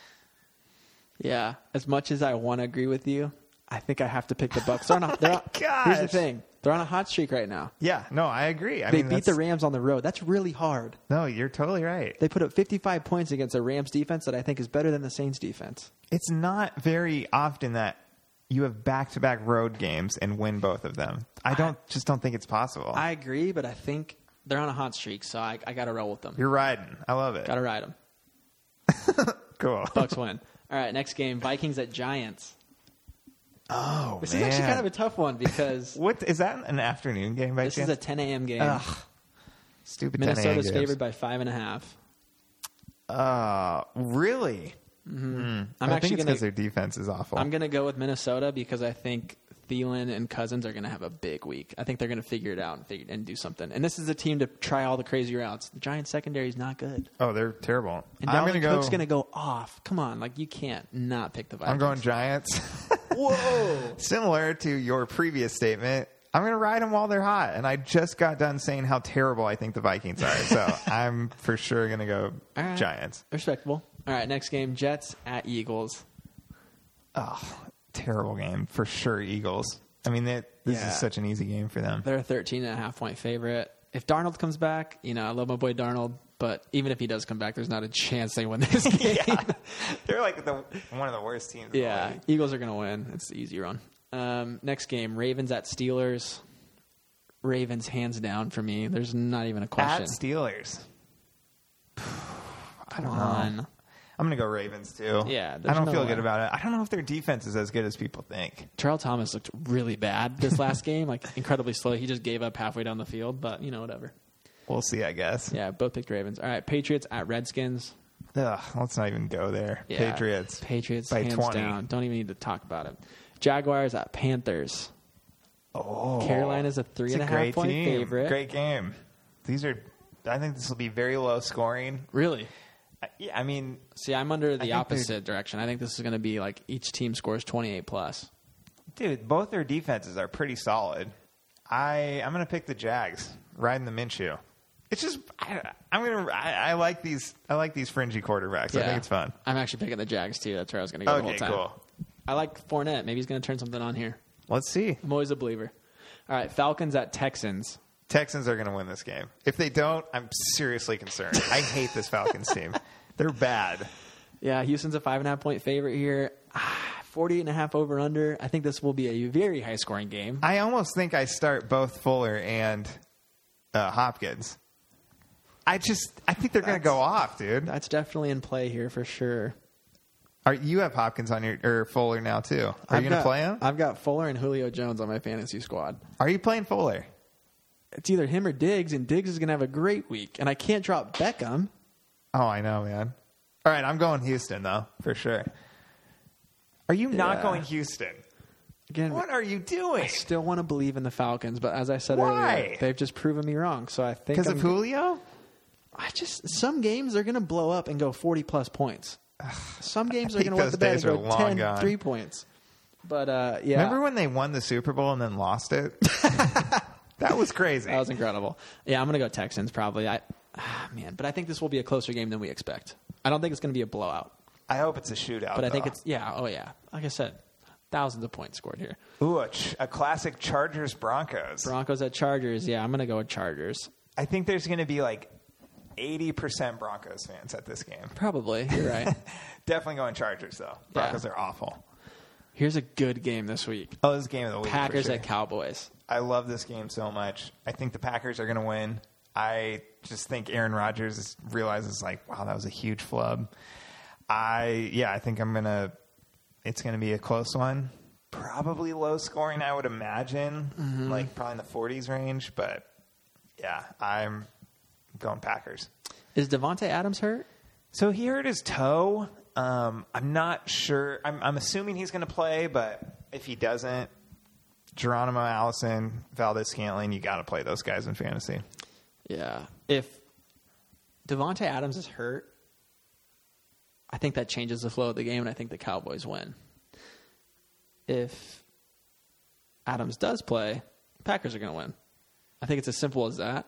[SPEAKER 2] Yeah, as much as I want to agree with you, I think I have to pick the Bucks. They're on a, they're on, here's the
[SPEAKER 1] gosh.
[SPEAKER 2] thing: they're on a hot streak right now.
[SPEAKER 1] Yeah, no, I agree. I
[SPEAKER 2] They
[SPEAKER 1] mean,
[SPEAKER 2] beat the
[SPEAKER 1] that's-
[SPEAKER 2] Rams on the road. That's really hard.
[SPEAKER 1] No, you're totally right.
[SPEAKER 2] They put up 55 points against a Rams defense that I think is better than the Saints defense.
[SPEAKER 1] It's not very often that you have back-to-back road games and win both of them. I don't just don't think it's possible.
[SPEAKER 2] I agree, but I think they're on a hot streak, so I, I got to roll with them.
[SPEAKER 1] you're riding. I love it.
[SPEAKER 2] Got to ride them.
[SPEAKER 1] Cool.
[SPEAKER 2] Bucks win. All right, next game: Vikings at Giants.
[SPEAKER 1] Oh,
[SPEAKER 2] This is actually kind of a tough one because
[SPEAKER 1] what is that an afternoon game by
[SPEAKER 2] this is
[SPEAKER 1] chance?
[SPEAKER 2] a 10 a.m. game.
[SPEAKER 1] Ugh. Stupid 10 a.m.
[SPEAKER 2] Minnesota's
[SPEAKER 1] games.
[SPEAKER 2] favored by five and a half.
[SPEAKER 1] Uh, really?
[SPEAKER 2] I'm
[SPEAKER 1] I
[SPEAKER 2] actually
[SPEAKER 1] think it's
[SPEAKER 2] gonna
[SPEAKER 1] because their defense is awful.
[SPEAKER 2] I'm gonna go with Minnesota because I think Thielen and Cousins are gonna have a big week. I think they're gonna figure it out and figure, and do something. And this is a team to try all the crazy routes. The Giants secondary is not good.
[SPEAKER 1] oh, they're terrible.
[SPEAKER 2] And
[SPEAKER 1] I'm
[SPEAKER 2] Dalvin
[SPEAKER 1] gonna go.
[SPEAKER 2] Cook's gonna go off. Come on, like you can't not pick the Vikings.
[SPEAKER 1] I'm going Giants.
[SPEAKER 2] Whoa!
[SPEAKER 1] Similar to your previous statement, I'm going to ride them while they're hot. And I just got done saying how terrible I think the Vikings are, so I'm for sure going to go
[SPEAKER 2] All right.
[SPEAKER 1] Giants.
[SPEAKER 2] Respectable. All right, next game: Jets at Eagles.
[SPEAKER 1] Oh, terrible game for sure. Eagles. I mean, that this
[SPEAKER 2] Yeah.
[SPEAKER 1] is such an easy game for them.
[SPEAKER 2] They're a 13 and a half point favorite. If Darnold comes back, you know I love my boy Darnold, but even if he does come back, there's not a chance they win this game.
[SPEAKER 1] They're like the one of the worst teams. in the
[SPEAKER 2] Yeah,
[SPEAKER 1] league.
[SPEAKER 2] Eagles are going to win. It's the easy run. Um, next game, Ravens at Steelers. Ravens hands down for me. There's not even a question.
[SPEAKER 1] at Steelers. I don't
[SPEAKER 2] Come
[SPEAKER 1] know.
[SPEAKER 2] on.
[SPEAKER 1] I'm gonna go Ravens too.
[SPEAKER 2] Yeah,
[SPEAKER 1] I
[SPEAKER 2] there's
[SPEAKER 1] don't
[SPEAKER 2] no
[SPEAKER 1] feel
[SPEAKER 2] way.
[SPEAKER 1] good about it. I don't know if their defense is as good as people think.
[SPEAKER 2] Terrell Thomas looked really bad this last game, like incredibly slow. He just gave up halfway down the field, but you know whatever.
[SPEAKER 1] We'll see. I guess.
[SPEAKER 2] Yeah, both picked Ravens. All right, Patriots at Redskins.
[SPEAKER 1] Ugh, let's not even go there.
[SPEAKER 2] Yeah,
[SPEAKER 1] Patriots.
[SPEAKER 2] Patriots
[SPEAKER 1] by
[SPEAKER 2] hands
[SPEAKER 1] 20.
[SPEAKER 2] down. Don't even need to talk about it. Jaguars at Panthers.
[SPEAKER 1] Oh,
[SPEAKER 2] Carolina's a three
[SPEAKER 1] it's
[SPEAKER 2] and a half
[SPEAKER 1] great
[SPEAKER 2] point
[SPEAKER 1] team.
[SPEAKER 2] favorite.
[SPEAKER 1] Great game. These are. I think this will be very low scoring.
[SPEAKER 2] Really?
[SPEAKER 1] I- Yeah, I mean,
[SPEAKER 2] See, I'm under the
[SPEAKER 1] they're-
[SPEAKER 2] opposite direction. I think this is going to be like each team scores 28 plus.
[SPEAKER 1] dude, both their defenses are pretty solid. I I'm gonna pick the Jags, riding the Minshew. It's just I, I'm gonna I, I like these I like these fringy quarterbacks. I
[SPEAKER 2] Yeah.
[SPEAKER 1] think it's fun.
[SPEAKER 2] I'm actually picking the Jags too. That's where I was going to go
[SPEAKER 1] Okay,
[SPEAKER 2] the whole time.
[SPEAKER 1] cool.
[SPEAKER 2] I like Fournette. Maybe he's going to turn something on here.
[SPEAKER 1] Let's see.
[SPEAKER 2] I'm always a believer. All right, Falcons at Texans.
[SPEAKER 1] Texans are going to win this game. If they don't, I'm seriously concerned. I hate this Falcons team. They're bad.
[SPEAKER 2] Yeah, Houston's a five and a half point favorite here. Ah, 48 and a half over under. I think this will be a very high scoring game.
[SPEAKER 1] I almost think I start both Fuller and uh, Hopkins. I just I think they're going to go off, dude.
[SPEAKER 2] That's definitely in play here for sure.
[SPEAKER 1] Are you have Hopkins on your or Fuller now too? Are
[SPEAKER 2] I've
[SPEAKER 1] you going to
[SPEAKER 2] got-
[SPEAKER 1] play him?
[SPEAKER 2] I've got Fuller and Julio Jones on my fantasy squad.
[SPEAKER 1] Are you playing Fuller?
[SPEAKER 2] It's either him or Diggs, and Diggs is going to have a great week. And I can't drop Beckham.
[SPEAKER 1] Oh, I know, man. All right, I'm going Houston though for sure. Are you not
[SPEAKER 2] Yeah.
[SPEAKER 1] going Houston?
[SPEAKER 2] Again,
[SPEAKER 1] What are you doing?
[SPEAKER 2] still want to believe in the Falcons, but as I said
[SPEAKER 1] Why?
[SPEAKER 2] earlier, they've just proven me wrong. So I think
[SPEAKER 1] Because of
[SPEAKER 2] I'm-
[SPEAKER 1] Julio?
[SPEAKER 2] I just some games they're going to blow up and go forty plus points. Some games
[SPEAKER 1] I
[SPEAKER 2] are going
[SPEAKER 1] think
[SPEAKER 2] to let
[SPEAKER 1] those
[SPEAKER 2] the bed and
[SPEAKER 1] days are
[SPEAKER 2] go
[SPEAKER 1] long
[SPEAKER 2] 10,
[SPEAKER 1] gone.
[SPEAKER 2] three points. But uh, yeah,
[SPEAKER 1] Remember when they won the Super Bowl and then lost it? that was crazy.
[SPEAKER 2] that was incredible. Yeah, I'm going to go Texans probably. I ah, man, but I think this will be a closer game than we expect. I don't think it's going to be a blowout,
[SPEAKER 1] I hope it's a shootout.
[SPEAKER 2] but I think
[SPEAKER 1] though.
[SPEAKER 2] it's yeah, oh yeah. Like I said, thousands of points scored here.
[SPEAKER 1] ooh a, ch- a classic Chargers Broncos.
[SPEAKER 2] Broncos at Chargers. Yeah, I'm going to go with Chargers.
[SPEAKER 1] I think there's going to be like eighty percent Broncos fans at this game.
[SPEAKER 2] Probably. You're right.
[SPEAKER 1] Definitely going Chargers though. Broncos are awful.
[SPEAKER 2] Here's a good game this week.
[SPEAKER 1] Oh, this is game of the week. for
[SPEAKER 2] Packers
[SPEAKER 1] sure.
[SPEAKER 2] at Cowboys.
[SPEAKER 1] I love this game so much. I think the Packers are going to win. I just think Aaron Rodgers is- realizes like, wow, that was a huge flub. I yeah, I think I'm gonna. It's going to be a close one. Probably low scoring, I would imagine, like probably in the 40s range. But yeah, I'm going Packers.
[SPEAKER 2] Is Devonte Adams hurt?
[SPEAKER 1] So he hurt his toe. Um, I'm not sure. I'm, I'm assuming he's going to play, but if he doesn't, Geronimo Allison, Valdez Scantling, you got to play those guys in fantasy.
[SPEAKER 2] Yeah. If Devonte Adams is hurt, I think that changes the flow of the game, and I think the Cowboys win. If Adams does play, Packers are going to win. I think it's as simple as that.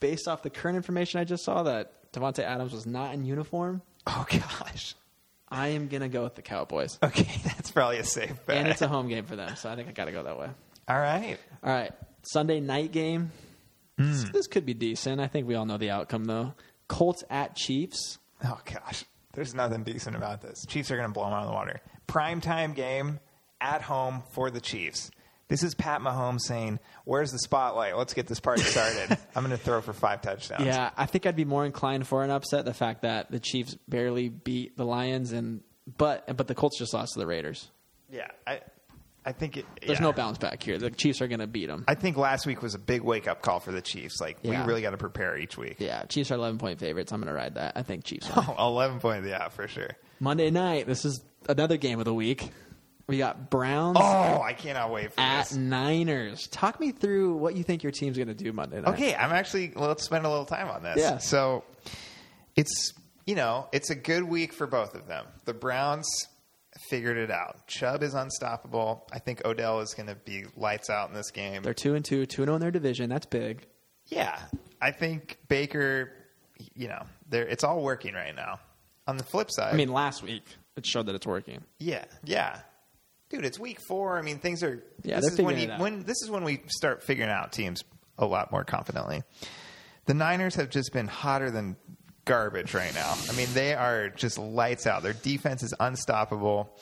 [SPEAKER 2] Based off the current information I just saw that Devonte Adams was not in uniform,
[SPEAKER 1] Oh gosh.
[SPEAKER 2] I am going to go with the Cowboys.
[SPEAKER 1] Okay, that's probably a safe bet.
[SPEAKER 2] And it's a home game for them, so I think I got to go that way.
[SPEAKER 1] All right.
[SPEAKER 2] All right, Sunday night game.
[SPEAKER 1] Hmm.
[SPEAKER 2] This, this could be decent. I think we all know the outcome though. Colts at Chiefs.
[SPEAKER 1] Oh gosh, there's nothing decent about this. Chiefs are going to blow them out of the water. Prime time game at home for the Chiefs. This is Pat Mahomes saying, "Where's the spotlight? Let's get this party started. I'm going to throw for five touchdowns."
[SPEAKER 2] Yeah, I think I'd be more inclined for an upset. The fact that the Chiefs barely beat the Lions, and but but the Colts just lost to the Raiders.
[SPEAKER 1] Yeah, I, I think it,
[SPEAKER 2] There's
[SPEAKER 1] yeah.
[SPEAKER 2] no bounce back here. The Chiefs are going to beat them.
[SPEAKER 1] I think last week was a big wake up call for the Chiefs. Like
[SPEAKER 2] Yeah.
[SPEAKER 1] we really got to prepare each week.
[SPEAKER 2] yeah, Chiefs are 11 point favorites. I'm going to ride that. I think Chiefs. Win.
[SPEAKER 1] Oh, 11 point, yeah, for sure.
[SPEAKER 2] Monday night. This is another game of the week. We got Browns
[SPEAKER 1] Oh, I cannot wait for
[SPEAKER 2] at
[SPEAKER 1] this.
[SPEAKER 2] Niners. Talk me through what you think your team's going to do Monday night.
[SPEAKER 1] Okay, I'm actually let's spend a little time on this.
[SPEAKER 2] Yeah.
[SPEAKER 1] So it's you know, it's a good week for both of them. The Browns figured it out. Chubb is unstoppable. I think Odell is going to be lights out in this game.
[SPEAKER 2] They're two and two, two and zero in their division. That's big.
[SPEAKER 1] yeah. I think Baker, you know, there it's all working right now. On the flip side,
[SPEAKER 2] I mean, last week it showed that it's working.
[SPEAKER 1] Yeah, yeah, dude. It's week four. I mean, things are.
[SPEAKER 2] Yeah,
[SPEAKER 1] this
[SPEAKER 2] they're
[SPEAKER 1] is when
[SPEAKER 2] figuring
[SPEAKER 1] you,
[SPEAKER 2] it out.
[SPEAKER 1] when this is when we start figuring out teams a lot more confidently. The Niners have just been hotter than garbage right now. I mean, they are just lights out. Their defense is unstoppable.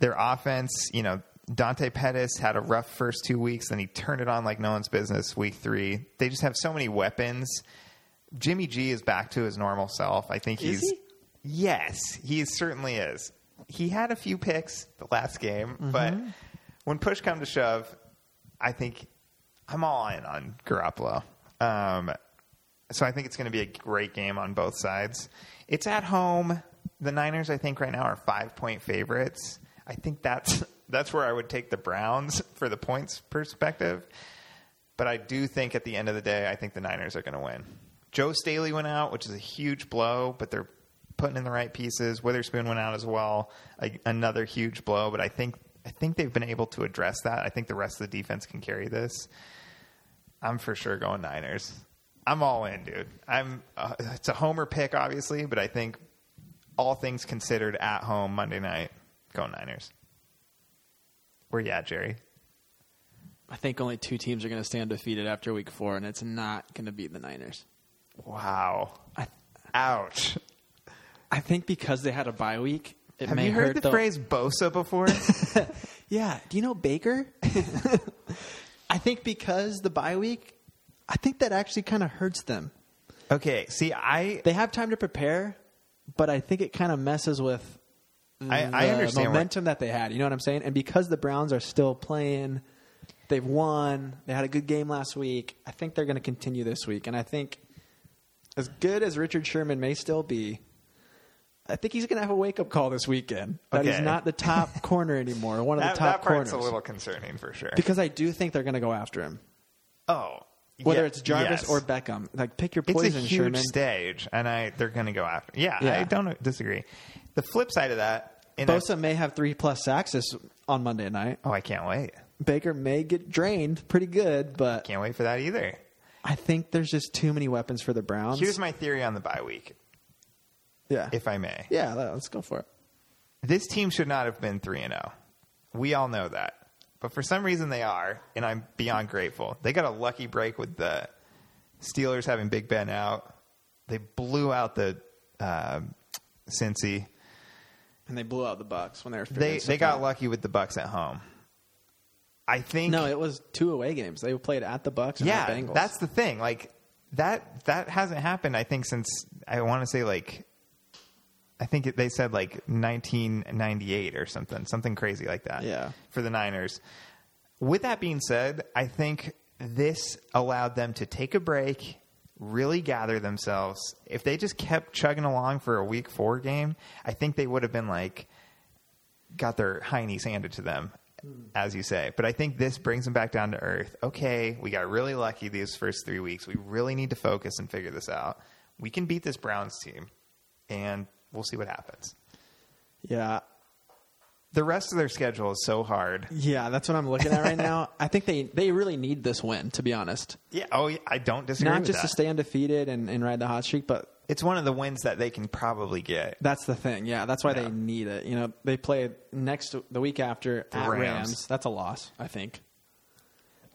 [SPEAKER 1] Their offense, you know, Dante Pettis had a rough first two weeks, then he turned it on like no one's business. Week three, they just have so many weapons. Jimmy G is back to his normal self. I think
[SPEAKER 2] Is
[SPEAKER 1] he's
[SPEAKER 2] he?
[SPEAKER 1] yes, he certainly is. He had a few picks the last game,
[SPEAKER 2] Mm-hmm.
[SPEAKER 1] but when push come to shove, I think I'm all in on Garoppolo. Um, so I think it's going to be a great game on both sides. It's at home. The Niners, I think, right now are five point favorites. I think that's that's where I would take the Browns for the points perspective. But I do think at the end of the day, I think the Niners are going to win. Joe Staley went out, which is a huge blow, but they're putting in the right pieces. Witherspoon went out as well, a, another huge blow. But I think I think they've been able to address that. I think the rest of the defense can carry this. I'm for sure going Niners. I'm all in, dude. I'm. Uh, it's a homer pick, obviously, but I think all things considered, at home Monday night, go Niners. Where you at, Jerry?
[SPEAKER 2] I think only two teams are going to stay undefeated after week four, and it's not going to be the Niners.
[SPEAKER 1] Wow.
[SPEAKER 2] I,
[SPEAKER 1] Ouch.
[SPEAKER 2] I think because they had a bye week, it
[SPEAKER 1] Have
[SPEAKER 2] may
[SPEAKER 1] you heard
[SPEAKER 2] hurt
[SPEAKER 1] the
[SPEAKER 2] the-
[SPEAKER 1] phrase Bosa before?
[SPEAKER 2] Yeah. Do you know Baker? I think because the bye week, I think that actually kind of hurts them.
[SPEAKER 1] okay. See, I
[SPEAKER 2] They have time to prepare, but I think it kind of messes with the
[SPEAKER 1] I- I understand what-
[SPEAKER 2] momentum that they had. You know what I'm saying? And because the Browns are still playing, they've won. They had a good game last week. I think they're going to continue this week, and I think as good as Richard Sherman may still be. I think he's going to have a wake up call this weekend. That he's
[SPEAKER 1] Okay.
[SPEAKER 2] not the top corner anymore. One of
[SPEAKER 1] that,
[SPEAKER 2] the top
[SPEAKER 1] that part's
[SPEAKER 2] corners.
[SPEAKER 1] a little concerning for sure.
[SPEAKER 2] Because I do think they're going to go after him,
[SPEAKER 1] oh,
[SPEAKER 2] whether
[SPEAKER 1] yeah,
[SPEAKER 2] it's Jarvis
[SPEAKER 1] yes.
[SPEAKER 2] or Beckham. Like, pick your
[SPEAKER 1] it's a
[SPEAKER 2] poison,
[SPEAKER 1] huge
[SPEAKER 2] Sherman.
[SPEAKER 1] stage, and I they're going to go after. Yeah,
[SPEAKER 2] Yeah.
[SPEAKER 1] I don't disagree. The flip side of that, and I-
[SPEAKER 2] Bosa may have three plus sacks this on Monday night.
[SPEAKER 1] oh, I can't wait.
[SPEAKER 2] Baker may get drained pretty good, but
[SPEAKER 1] Can't wait for that either.
[SPEAKER 2] I think there's just too many weapons for the Browns.
[SPEAKER 1] Here's my theory on the bye week,
[SPEAKER 2] yeah,
[SPEAKER 1] if I may.
[SPEAKER 2] yeah, let's go for it.
[SPEAKER 1] This team should not have been 3 and 0. We all know that. But for some reason they are, and I'm beyond grateful. They got a lucky break with the Steelers having Big Ben out. They blew out the um Cincy.
[SPEAKER 2] And they blew out the Bucks when they were. figuring
[SPEAKER 1] They they
[SPEAKER 2] something
[SPEAKER 1] got
[SPEAKER 2] out.
[SPEAKER 1] lucky with the Bucks at home. I think
[SPEAKER 2] No, it was two away games. They played at the Bucks. And
[SPEAKER 1] yeah,
[SPEAKER 2] the Bengals.
[SPEAKER 1] that's the thing. Like that that hasn't happened. I think since I want to say like I think it, they said like 1998 or something, something crazy like that.
[SPEAKER 2] Yeah.
[SPEAKER 1] for the Niners. With that being said, I think this allowed them to take a break, really gather themselves. If they just kept chugging along for a week four game, I think they would have been like, got their heinies handed to them, as you say. But I think this brings them back down to earth. Okay, we got really lucky these first three weeks. We really need to focus and figure this out. we can beat this Browns team, and we'll see what happens.
[SPEAKER 2] Yeah.
[SPEAKER 1] The rest of their schedule is so hard.
[SPEAKER 2] Yeah, that's what I'm looking at right now. I think they, they really need this win, to be honest.
[SPEAKER 1] Yeah. Oh, yeah, I don't disagree.
[SPEAKER 2] Not
[SPEAKER 1] with
[SPEAKER 2] just
[SPEAKER 1] that.
[SPEAKER 2] to stay undefeated and, and ride the hot streak, but
[SPEAKER 1] It's one of the wins that they can probably get.
[SPEAKER 2] That's the thing. Yeah, that's why
[SPEAKER 1] Yeah.
[SPEAKER 2] they need it. You know, they play next the week after at
[SPEAKER 1] Rams.
[SPEAKER 2] Rams. That's a loss, I think.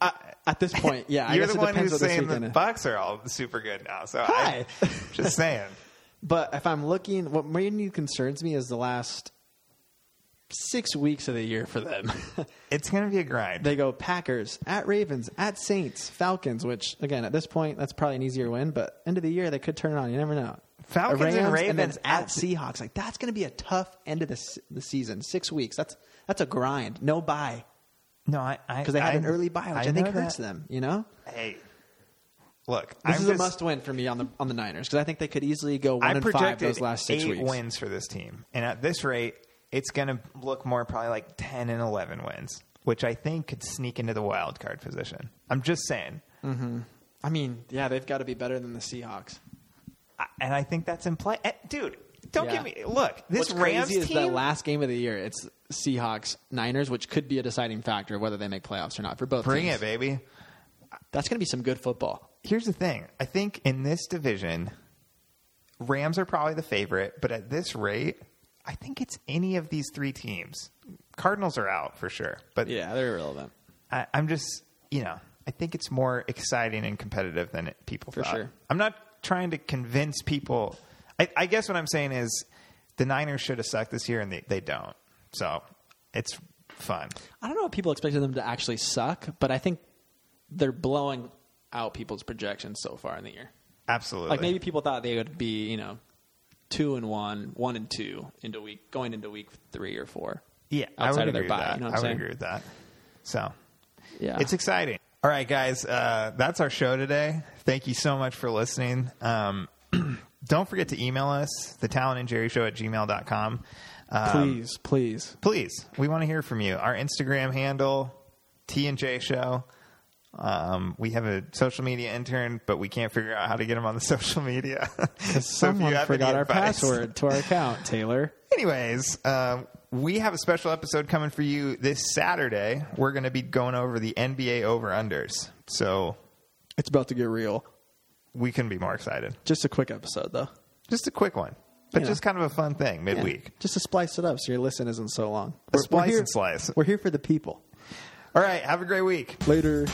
[SPEAKER 2] I, at this point, yeah, I
[SPEAKER 1] You're
[SPEAKER 2] guess
[SPEAKER 1] the
[SPEAKER 2] it
[SPEAKER 1] one
[SPEAKER 2] depends
[SPEAKER 1] who's
[SPEAKER 2] what this
[SPEAKER 1] saying the
[SPEAKER 2] weekend is.
[SPEAKER 1] Bucks are all super good now. So I,
[SPEAKER 2] Hi.
[SPEAKER 1] just saying.
[SPEAKER 2] But if I'm looking, what mainly concerns me is the last six weeks of the year for them.
[SPEAKER 1] It's going to be a grind.
[SPEAKER 2] they go Packers at Ravens at Saints Falcons, which again at this point that's probably an easier win. But end of the year they could turn it on. You never know.
[SPEAKER 1] Falcons and
[SPEAKER 2] then
[SPEAKER 1] Ravens
[SPEAKER 2] at
[SPEAKER 1] at-
[SPEAKER 2] Seahawks, like that's going to be a tough end of the s- the season. Six weeks. That's that's a grind. No buy
[SPEAKER 1] no, I
[SPEAKER 2] because they had an early buy, which I, think hurts
[SPEAKER 1] that.
[SPEAKER 2] them. You know,
[SPEAKER 1] Hey, look,
[SPEAKER 2] this
[SPEAKER 1] I'm
[SPEAKER 2] is
[SPEAKER 1] just,
[SPEAKER 2] a must win for me on the on the Niners because I think they could easily go one
[SPEAKER 1] I
[SPEAKER 2] and five
[SPEAKER 1] projected
[SPEAKER 2] those last six
[SPEAKER 1] eight
[SPEAKER 2] weeks.
[SPEAKER 1] wins for this team, and at this rate, it's going to look more probably like ten and eleven wins, which I think could sneak into the wild card position. I'm just saying,
[SPEAKER 2] I mean, yeah, they've got to be better than the Seahawks.
[SPEAKER 1] I, and I think that's in play, eh, dude. Don't give
[SPEAKER 2] Yeah.
[SPEAKER 1] me look. This
[SPEAKER 2] What's
[SPEAKER 1] Rams
[SPEAKER 2] crazy is
[SPEAKER 1] team.
[SPEAKER 2] the last game of the year. It's Seahawks Niners, which could be a deciding factor of whether they make playoffs or not for both.
[SPEAKER 1] bring
[SPEAKER 2] teams.
[SPEAKER 1] it, baby.
[SPEAKER 2] That's going to be some good football.
[SPEAKER 1] here's the thing. I think in this division, Rams are probably the favorite, but at this rate, I think it's any of these three teams. Cardinals are out for sure, but
[SPEAKER 2] Yeah, they're irrelevant
[SPEAKER 1] I, I'm just, you know, I think it's more exciting and competitive than it, people
[SPEAKER 2] For
[SPEAKER 1] thought.
[SPEAKER 2] sure.
[SPEAKER 1] I'm not trying to convince people. I, I guess what I'm saying is the Niners should have sucked this year, and they, they don't. So it's fun.
[SPEAKER 2] I don't know if people expected them to actually suck, but I think they're blowing out people's projections so far in the year.
[SPEAKER 1] Absolutely.
[SPEAKER 2] Like maybe people thought they would be, you know, two and one, one and two into week going into week three or four.
[SPEAKER 1] yeah, I
[SPEAKER 2] outside
[SPEAKER 1] would
[SPEAKER 2] of their
[SPEAKER 1] agree with
[SPEAKER 2] bye.
[SPEAKER 1] that.
[SPEAKER 2] You know what
[SPEAKER 1] I would
[SPEAKER 2] I'm saying? Ah.
[SPEAKER 1] agree with that. So
[SPEAKER 2] Yeah,
[SPEAKER 1] It's exciting. All right, guys, uh, that's our show today. Thank you so much for listening. Um, don't forget to email us, the talent and Jerry show at gmail.com. Um,
[SPEAKER 2] please, please.
[SPEAKER 1] please, we want to hear from you. Our Instagram handle, T and J show. Um, we have a social media intern, but we can't figure out how to get him on the social media. so if you
[SPEAKER 2] Someone
[SPEAKER 1] have any
[SPEAKER 2] forgot our
[SPEAKER 1] advice-
[SPEAKER 2] password to our account, Taylor.
[SPEAKER 1] Anyways, um, we have a special episode coming for you this Saturday. We're going to be going over the NBA over unders. So
[SPEAKER 2] It's about to get real.
[SPEAKER 1] we couldn't be more excited.
[SPEAKER 2] Just a quick episode, though.
[SPEAKER 1] Just a quick one, but
[SPEAKER 2] Yeah.
[SPEAKER 1] just kind of a fun thing midweek.
[SPEAKER 2] Just to splice it up so your listen isn't so long.
[SPEAKER 1] splice and slice.
[SPEAKER 2] We're here for the people.
[SPEAKER 1] All right, have a great week.
[SPEAKER 2] Later.